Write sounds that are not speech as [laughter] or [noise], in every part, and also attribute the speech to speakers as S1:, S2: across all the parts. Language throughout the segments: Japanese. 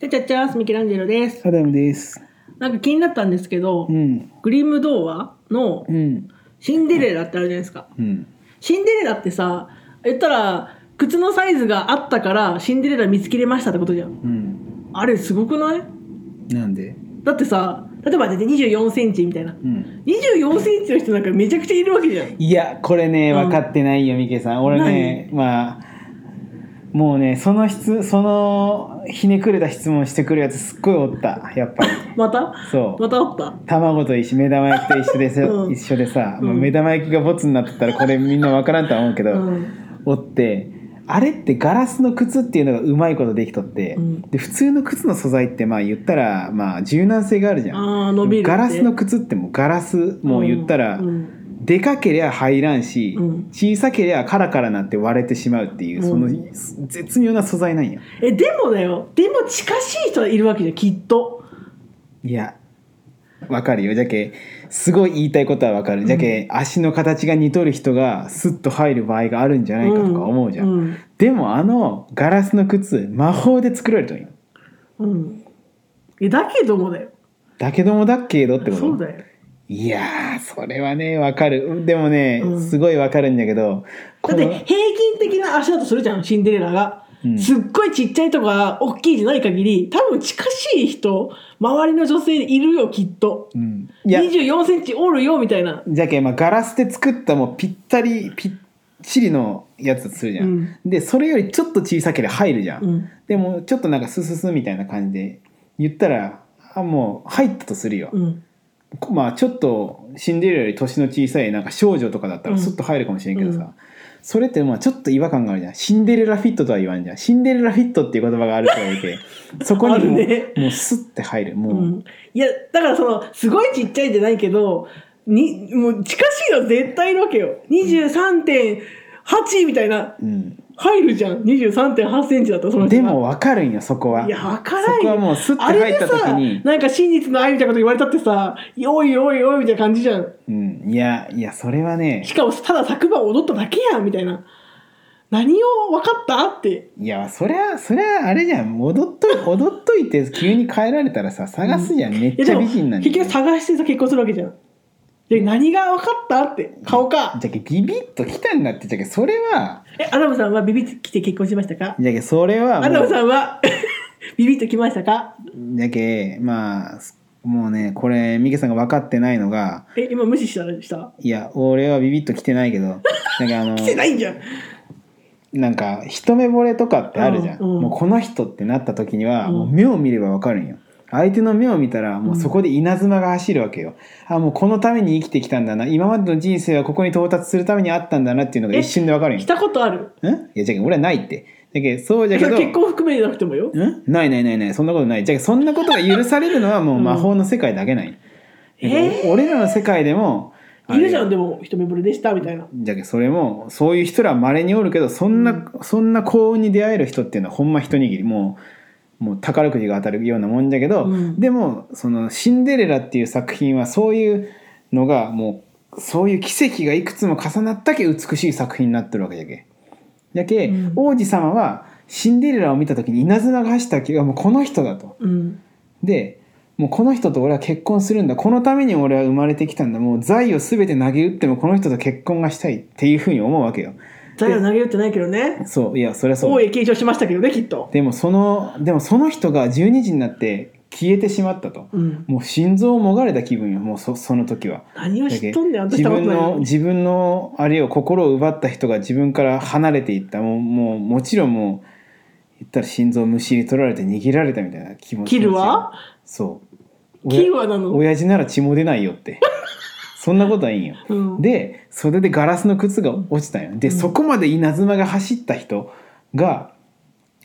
S1: ちゃちゃちゃスミケランジェロです。
S2: アダムです。
S1: なんか気になったんですけど、
S2: うん。
S1: グリム童話の
S2: うん。
S1: シンデレラってあるじゃないですか。
S2: うん。
S1: シンデレラってさ、言ったら靴のサイズがあったからシンデレラ見つけれましたってことじゃん。
S2: うん。
S1: あれすごくない
S2: なんで。
S1: だってさ、例えばだって24センチみたいな。
S2: うん。
S1: 24センチの人なんかめちゃくちゃいるわけじゃん。
S2: いや、これね、分かってないよ、ミケさん。俺ね、まあ。もうね、その質、そのひねくれた質問してくるやつ、すっごいおった。やっぱり。
S1: また
S2: そ
S1: ま
S2: う。
S1: たあった
S2: 卵と一緒目玉焼きと一緒でさ、
S1: うん
S2: 一緒でさ、
S1: うん
S2: もう目玉焼きがボツになってたらこれみんな分からんとは思うけど、
S1: うん。
S2: おってあれってガラスの靴っていうのがうまいことできとって、
S1: うん
S2: で普通の靴の素材ってまあ言ったらまあ柔軟性があるじゃん
S1: あー伸びるって
S2: ガラスの靴ってもうガラスもう言ったら、
S1: うん
S2: でかけりゃ入らんし、
S1: うん
S2: 小さけりゃカラカラなって割れてしまうっていうその
S1: うん
S2: 絶妙な素材なんや
S1: え、でもだよ。でも近しい人はいるわけじゃん、きっと。
S2: いやわかるよじゃけすごい言いたいことはわかるじゃけ、足の形が似とる人がスッと入る場合があるんじゃないかとか思うじゃん、
S1: うん
S2: でもあのガラスの靴魔法で作られたんよ
S1: うん。え、だけどもだよ。
S2: だけどもだっけどってこと
S1: そうだよ。
S2: いやーそれはねわかるでもね、
S1: うん
S2: すごいわかるんだけど
S1: だ
S2: こ
S1: っ
S2: の
S1: て平均的な足だとするじゃんシンデレラが、
S2: うん
S1: すっごいちっちゃいとか大きいじゃない限り多分近しい人周りの女性いるよきっと
S2: うん、いや
S1: 2 4センチおるよみたいな
S2: じゃけん、まあ、ガラスで作ったもうぴったりぴっちりのやつするじゃん、
S1: うん
S2: でそれよりちょっと小さければ入るじゃん、
S1: うん
S2: でもちょっとなんかスススみたいな感じで言ったらあもう入ったとするよ、
S1: うん
S2: こまあちょっとシンデレラより年の小さいなんか少女とかだった
S1: う
S2: ら
S1: ん
S2: スッと入るかもしれんけどさ、
S1: うん
S2: それってまあちょっと違和感があるじゃんシンデレラフィットとは言わんじゃんシンデレラフィットっていう言葉があるからいてそこ
S1: あ
S2: に
S1: る
S2: も,、
S1: ね
S2: もうスッて入るもう、
S1: うんいやだからそのすごいちっちゃいじゃないけどにもう近しいの絶対いるわけよ23.8みたいな
S2: うん
S1: 入るじゃん23.8センチだったらその人
S2: で
S1: が
S2: も分かるんよそこはい
S1: や、わからんよ。
S2: そこはもうスッて
S1: あれ
S2: 入っ
S1: で
S2: た時に
S1: さ、なんか真実の愛みたいなこと言われたってさ、おいおいおいみたいな感じじゃん。
S2: うん、いやいやそれはね
S1: しかも、ただ昨晩踊っただけやん、みたいな。何を分かったって。
S2: いやそりゃそりゃあれじゃん踊っとい踊っといて急に変えられたらさ探すじゃん、めっ
S1: いや
S2: ち
S1: で
S2: ゃ
S1: も
S2: 美人なんだ
S1: 結
S2: よ
S1: 局探してさ、結婚するわけじゃん。で、何が分かったって。顔か。
S2: じゃけビビッときたんだってじゃけそれは
S1: え、アダムさんはビビッと来て結婚しましたか
S2: じゃけそれはもう
S1: アダムさんは [laughs] ビビッと来ましたか
S2: だけまあすもうねこれミケさんが分かってないのが
S1: え、今無視したらした
S2: いや俺はビビッと来てな
S1: [laughs]
S2: いけどなんかあの
S1: 来てないんじゃん。
S2: なんか一目惚れとかってあるじゃん、
S1: うんうん
S2: もうこの人ってなった時には、
S1: うん
S2: もう目を見れば分かるんよ相手の目を見たらもうそこで稲妻が走るわけよ、あもうこのために生きてきたんだな今までの人生はここに到達するためにあったんだなっていうのが一瞬で分かるん
S1: 来
S2: よ
S1: たことある。
S2: んいやじゃけ俺はないってだけそうじゃけ
S1: 結
S2: ど
S1: 婚含めじゃなくてもよ。
S2: んないないないないそんなことないじゃあそんなことが許されるのはもう魔法の世界だけない、
S1: うん
S2: だから
S1: えー
S2: 俺らの世界でも
S1: いるじゃ
S2: あ
S1: ん、でも、一目惚れでした、みたいな。
S2: れだけどそれもそういう人らは稀におるけどそんな、そんな幸運に出会える人っていうのはほんま一握りもうもう宝くじが当たるようなもんだけど、
S1: うん
S2: でもその「シンデレラ」っていう作品はそういうのがもうそういう奇跡がいくつも重なったけ美しい作品になってるわけじゃけ。だけ、
S1: うん
S2: 王子様はシンデレラを見た時に稲妻が走ったけがもうこの人だと。
S1: うん。
S2: でもうこの人と俺は結婚するんだこのために俺は生まれてきたんだもう財を全て投げ打ってもこの人と結婚がしたいっていうふうに思うわけよ
S1: 財を投げ打ってないけどね。
S2: そういやそりゃそ
S1: 大
S2: う
S1: い継承しましたけどね、きっと。
S2: でもそのでもその人が12時になって消えてしまったと
S1: うん。
S2: もう心臓をもがれた気分よもうそその時は
S1: 何を
S2: だ
S1: 知
S2: け
S1: っとんねん、あんたし
S2: 自
S1: たこと
S2: 分
S1: ないの
S2: の
S1: に。
S2: 自分のあれを心を奪った人が自分から離れていったもうもうもちろんもう言ったら心臓をむしり取られて握られたみたいな気持ち
S1: キルは
S2: そう
S1: キルはなの。
S2: 親父なら血も出ないよって
S1: [laughs]
S2: そんなことはいいんよ
S1: うん。
S2: でそれでガラスの靴が落ちたんよで、
S1: うん
S2: そこまで稲妻が走った人が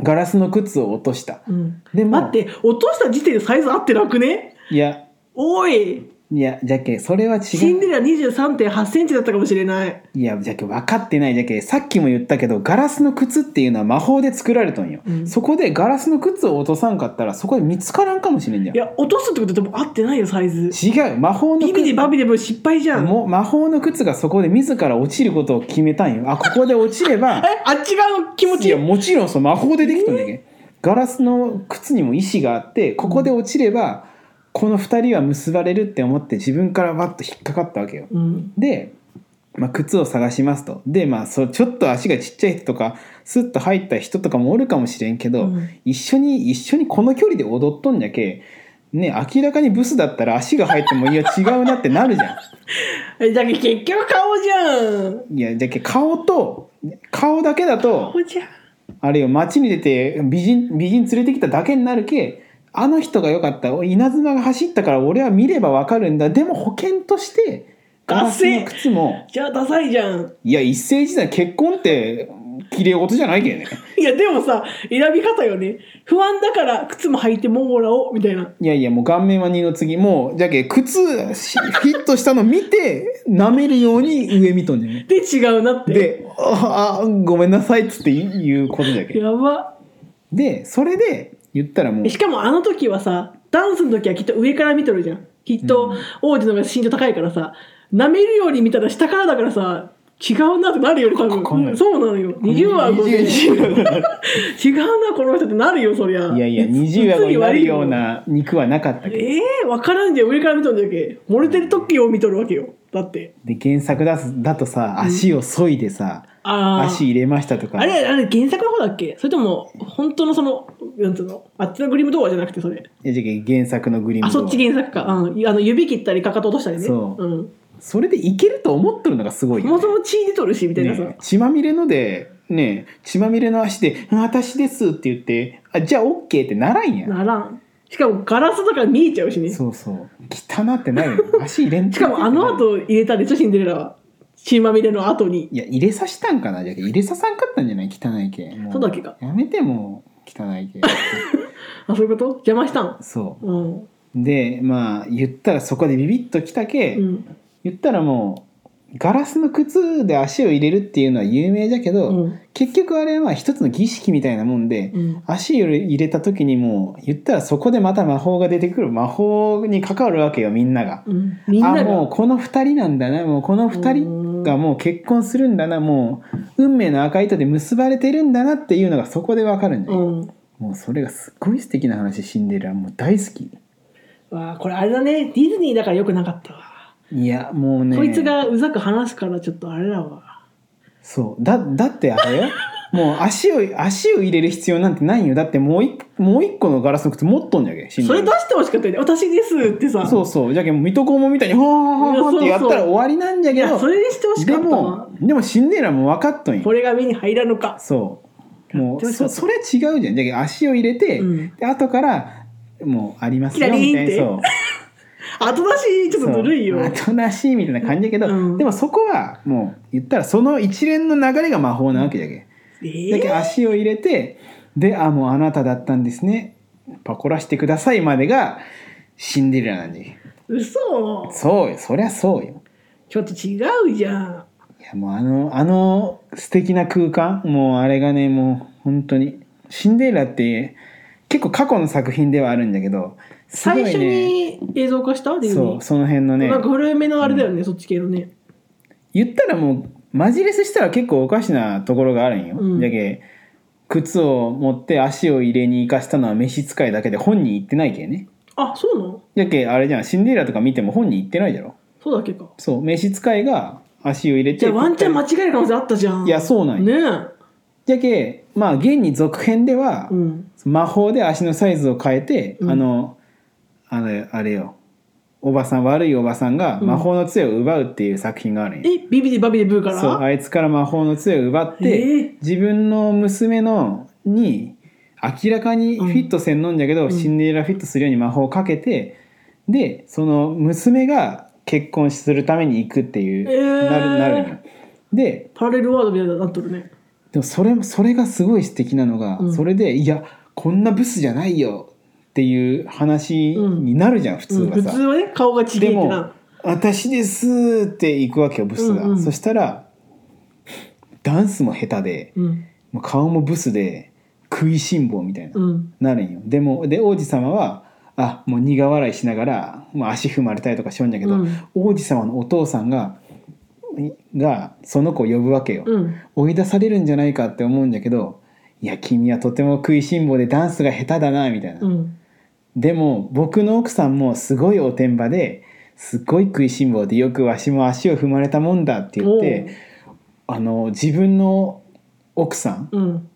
S2: ガラスの靴を落とした
S1: うん
S2: でも
S1: 待って、落とした時点でサイズ合ってなくね
S2: いや
S1: おい
S2: いやじゃけそれは
S1: シ
S2: 違
S1: ン
S2: う
S1: デレラ23.8センチだったかもしれない。
S2: いやじゃけ分かってないじゃけさっきも言ったけどガラスの靴っていうのは魔法で作られとんよ、
S1: うん
S2: そこでガラスの靴を落とさんかったらそこで見つからんかもしれんじゃん
S1: いや、落とすってことでも合ってないよ、サイズ。
S2: 違う魔法の
S1: ビビリバビリも失敗じゃん。
S2: もう魔法の靴がそこで自ら落ちることを決めたんよあここで落ちれば
S1: え、あっち側の気持
S2: い
S1: ち
S2: や。もちろんそう魔法でできたんだけど、ガラスの靴にも意志があってここで落ちればこの2人は結ばれるって思って自分からバッと引っかかったわけよ。
S1: うん
S2: で、まあ、靴を探しますとで、まあ、そうちょっと足がちっちゃい人とかスッと入った人とかもおるかもしれんけど、
S1: うん
S2: 一緒に一緒にこの距離で踊っとんじゃけね明らかにブスだったら足が入ってもいや違うなってなるじゃ
S1: えだけど結局顔じゃん
S2: ん。いやじゃけ顔と顔だけだと
S1: 顔じゃん
S2: あれよ街に出て美人美人連れてきただけになるけあの人が良かったお稲妻が走ったから俺は見ればわかるんだでも保険としてガラスの靴も
S1: じゃあダサいじゃん
S2: いや一世一代結婚って綺麗事じゃないけどね
S1: いやでもさ選び方よね不安だから靴も履いてもらおうみたいない
S2: やいやもう顔面は二の次もうじゃけ靴しフィットしたの見て舐めるように上見とんじゃね
S1: で違うなって
S2: で「ああごめんなさい」っつって言うことじゃけ
S1: やば
S2: でそれで言ったらもう
S1: えしかもあの時はさダンスの時はきっと上から見とるじゃんきっと王子の方が身長高いからさ舐めるように見たら下からだからさ違うなってなるよね多
S2: ここね
S1: 分そうなのよ20は50で
S2: 20は
S1: 違うなこの人ってなるよそりゃ
S2: いや
S1: [laughs]
S2: いや、二重顎になるような肉はなかったけど。
S1: ええー、分からんじゃん上から見とるんだけ漏れてる時を見とるわけよだって
S2: で、原作だすだとさ、足を削いでさ、
S1: ああ
S2: 足入れましたとか。
S1: あれあれ原作の方だっけそれとも本当のそのなんつうのあっちのグリム童話じゃなくてそれ
S2: いやじゃあ原作のグリム
S1: あ
S2: ド
S1: そっ
S2: は
S1: ち原作か、うん、あの指切ったりかかと落としたりね
S2: そう
S1: うん、
S2: それでいけると思ってるのがすごい
S1: そ
S2: よ、
S1: も
S2: ね。
S1: そも血出とるしみたいなさ、
S2: ね血まみれので、ね血まみれの足で、うん私ですって言って、あ、じゃあ OK ってならんやん。
S1: ならんしかもガラスとか見えちゃうしねし
S2: そうそう。汚ってない
S1: [laughs]
S2: よ。足入れん
S1: かもあの。後入れたでしょシンデレラは血まみれの後に
S2: いや、入れさしたんかなじゃあ入れささんかったんじゃない汚い系。も
S1: そうだっけか
S2: やめてもう汚い
S1: [laughs]
S2: 系。
S1: あそういうこと邪魔したん
S2: そう。
S1: うん、
S2: でまあ言ったらそこでビビッときたけ、
S1: うん
S2: 言ったらもうガラスの靴で足を入れるっていうのは有名だけ
S1: う
S2: ど、
S1: ん
S2: 結局あれはまあ一つの儀式みたいなもんで、
S1: うん、
S2: 足を入れた時にもう言ったらそこでまた魔法が出てくる魔法に関わるわけよみんなが。
S1: うん、みんな
S2: あもう
S1: が
S2: この2人なんだなもうこの2人がもう結婚するんだなもう運命の赤い糸で結ばれてるんだなっていうのがそこでわかるんだ
S1: う
S2: よ、
S1: ん
S2: もうそれがすっごい素敵な話シンデレラもう大好き
S1: わあこれあれだねディズニーだからよくなかったわ
S2: いやもうね
S1: こいつがうざく話すからちょっとあれだわ。
S2: そうだだってあ
S1: [laughs]
S2: れよもう足を足を入れる必要なんてないよだってもう一もう一個のガラスの靴持っとんじゃけ
S1: それ出してほしかったよね。私ですってさ。
S2: そうそうじゃけん水戸黄門みたいにほーほーほーほーって
S1: い
S2: や
S1: や
S2: っ
S1: そうそう
S2: たら終わりなんじゃ
S1: い
S2: け
S1: や、そ
S2: ど
S1: れにしてほし
S2: で
S1: かったわ
S2: も。でもシンデレラも分かっとんよ
S1: これが目に入らんのか。
S2: そうも
S1: やって
S2: う
S1: ほしか
S2: そ
S1: った
S2: それ違うじゃんじゃけん足を入れて、
S1: うん
S2: で後からもうありますよ
S1: キラリー
S2: み
S1: ン
S2: た
S1: っ
S2: い
S1: て
S2: なそう
S1: 後出し、 [laughs] ちょっとぬるいよ。
S2: 後なしみたいな感じだけど、
S1: うん
S2: でもそこはもう言ったらその一連の流れが魔法なわけじゃけん
S1: え
S2: だけ
S1: ー
S2: ど足を入れてで「あもうあなただったんですねパコらしてください」までがシンデレラなんで
S1: 嘘
S2: そうよそりゃそうよ
S1: ちょっと違うじゃん。
S2: いやもうあのあの素敵な空間もうあれがねもう本当にシンデレラって結構過去の作品ではあるんだけどすごい
S1: 最
S2: ね
S1: 初に映像化したディズ
S2: そ
S1: ニ
S2: う
S1: ー。
S2: その辺のね
S1: なんか古めのあれだよね、そっち系のね。
S2: 言ったらもうマジレスしたら結構おかしなところがあるんよ、
S1: うん
S2: だけ靴を持って足を入れに行かしたのは召使いだけで本人行ってないけね
S1: あ、そうなの
S2: じゃけあれじゃんシンデレラとか見ても本人言ってないだろ
S1: そうだっけか。
S2: そう召使いが足を入れて
S1: じゃあワンチャン間違える可能性あったじゃん。
S2: いやそうなんよ
S1: ね
S2: じゃけまあ現に続編では
S1: え。うん。
S2: 魔法で足のサイズを変えて、
S1: うん
S2: あのあれあれよおばさん悪いおばさんが
S1: うん
S2: 魔法の杖を奪うっていう作品があるんよ、
S1: え、ビビディバビディブーから
S2: そうあいつから魔法の杖を奪って、
S1: えー
S2: 自分の娘のに明らかにフィットせんのんじゃけど、
S1: うん
S2: シンデレラフィットするように魔法をかけてでその娘が結婚するために行くっていう、
S1: えー
S2: なるなるんよ。で
S1: パラレルワードみたいになっとるね。
S2: でもそれもそれがすごい素敵なのが、
S1: うん
S2: それでいやこんなブスじゃないよっていう話になるじゃん、普通
S1: うん普
S2: はさ。
S1: 通はね、顔がちげえ
S2: で
S1: って
S2: も
S1: な。
S2: 「私です」って行くわけよブスが、
S1: うんうん
S2: そしたらダンスも下手で
S1: うん。
S2: もう顔もブスで食いしん坊みたいな、
S1: うん。
S2: なるんよでもで王子様はあもう苦笑いしながら、まあ、足踏まれたりとかしようんだけど、
S1: うん
S2: 王子様のお父さんががその子を呼ぶわけよ、
S1: うん。
S2: 追い出されるんじゃないかって思うんだけどいや君はとても食いしん坊でダンスが下手だな」みたいな、
S1: うん
S2: でも僕の奥さんもすごいおてんばですごい食いしん坊でよくわしも足を踏まれたもんだって言ってあの自分の奥さん
S1: おううん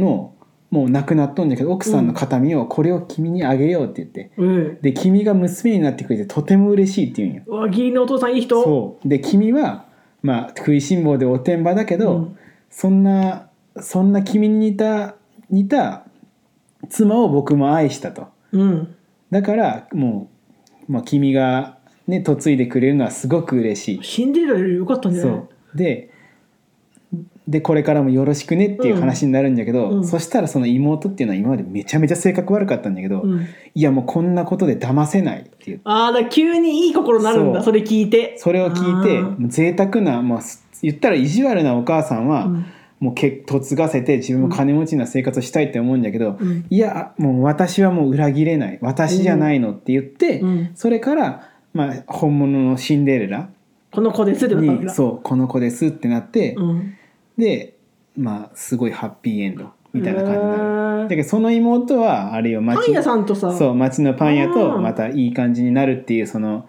S2: のもう亡くなっとんだけど奥さんの形見をこれを君にあげようって言って、
S1: うん
S2: で君が娘になってくれてとても嬉しいって言うんよ。
S1: うわ義理のお父さんいい人
S2: そうで君は、まあ、食いしん坊でおてんばだけど、
S1: うん
S2: そんなそんな君に似た似た妻を僕も愛したと。
S1: うん
S2: だからもう、まあ、君がね嫁いでくれるのはすごく嬉しい。
S1: シンデレラより良かったんじゃ
S2: そ
S1: ないう
S2: ででこれからもよろしくねっていう話になるんだけど、
S1: うんうん
S2: そしたらその妹っていうのは今までめちゃめちゃ性格悪かったんだけど、
S1: うん
S2: いやもうこんなことで騙せないっていう
S1: ああだから急にいい心になるんだ
S2: そう
S1: それ聞いて
S2: それを聞いてもう贅沢な、まあ、す言ったら意地悪なお母さん
S1: あ
S2: は、
S1: ーうん
S2: もうけ嫁がせて自分も金持ちな生活をしたいって思うんだけど、
S1: うん
S2: いやもう私はもう裏切れない私じゃないのって言って、
S1: うん
S2: それから、まあ、本物のシンデレラ
S1: この子ですってなったわけ
S2: に
S1: だ
S2: そうこの子ですってなって、
S1: うん
S2: でまあすごいハッピーエンドみたいな感じになる。だ
S1: へ
S2: け
S1: ー
S2: どその妹はあれよ
S1: パ
S2: 町
S1: ン屋さんとさ
S2: そう町のパン屋
S1: あ
S2: と
S1: ー
S2: またいい感じになるっていうその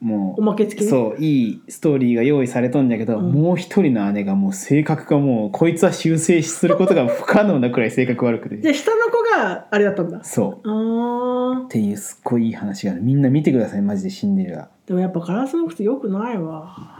S2: も
S1: おまけ付
S2: う
S1: きね
S2: そういいストーリーが用意されとんだけど、
S1: うん
S2: もう一人の姉がもう性格がもうこいつは修正することが不可能なくらい性格悪くて
S1: で下の子があれだったんだ
S2: そう
S1: あー
S2: っていうすっごいいい話があるみんな見てくださいマジでシンデレラ
S1: でもやっぱガラスの靴良くないわ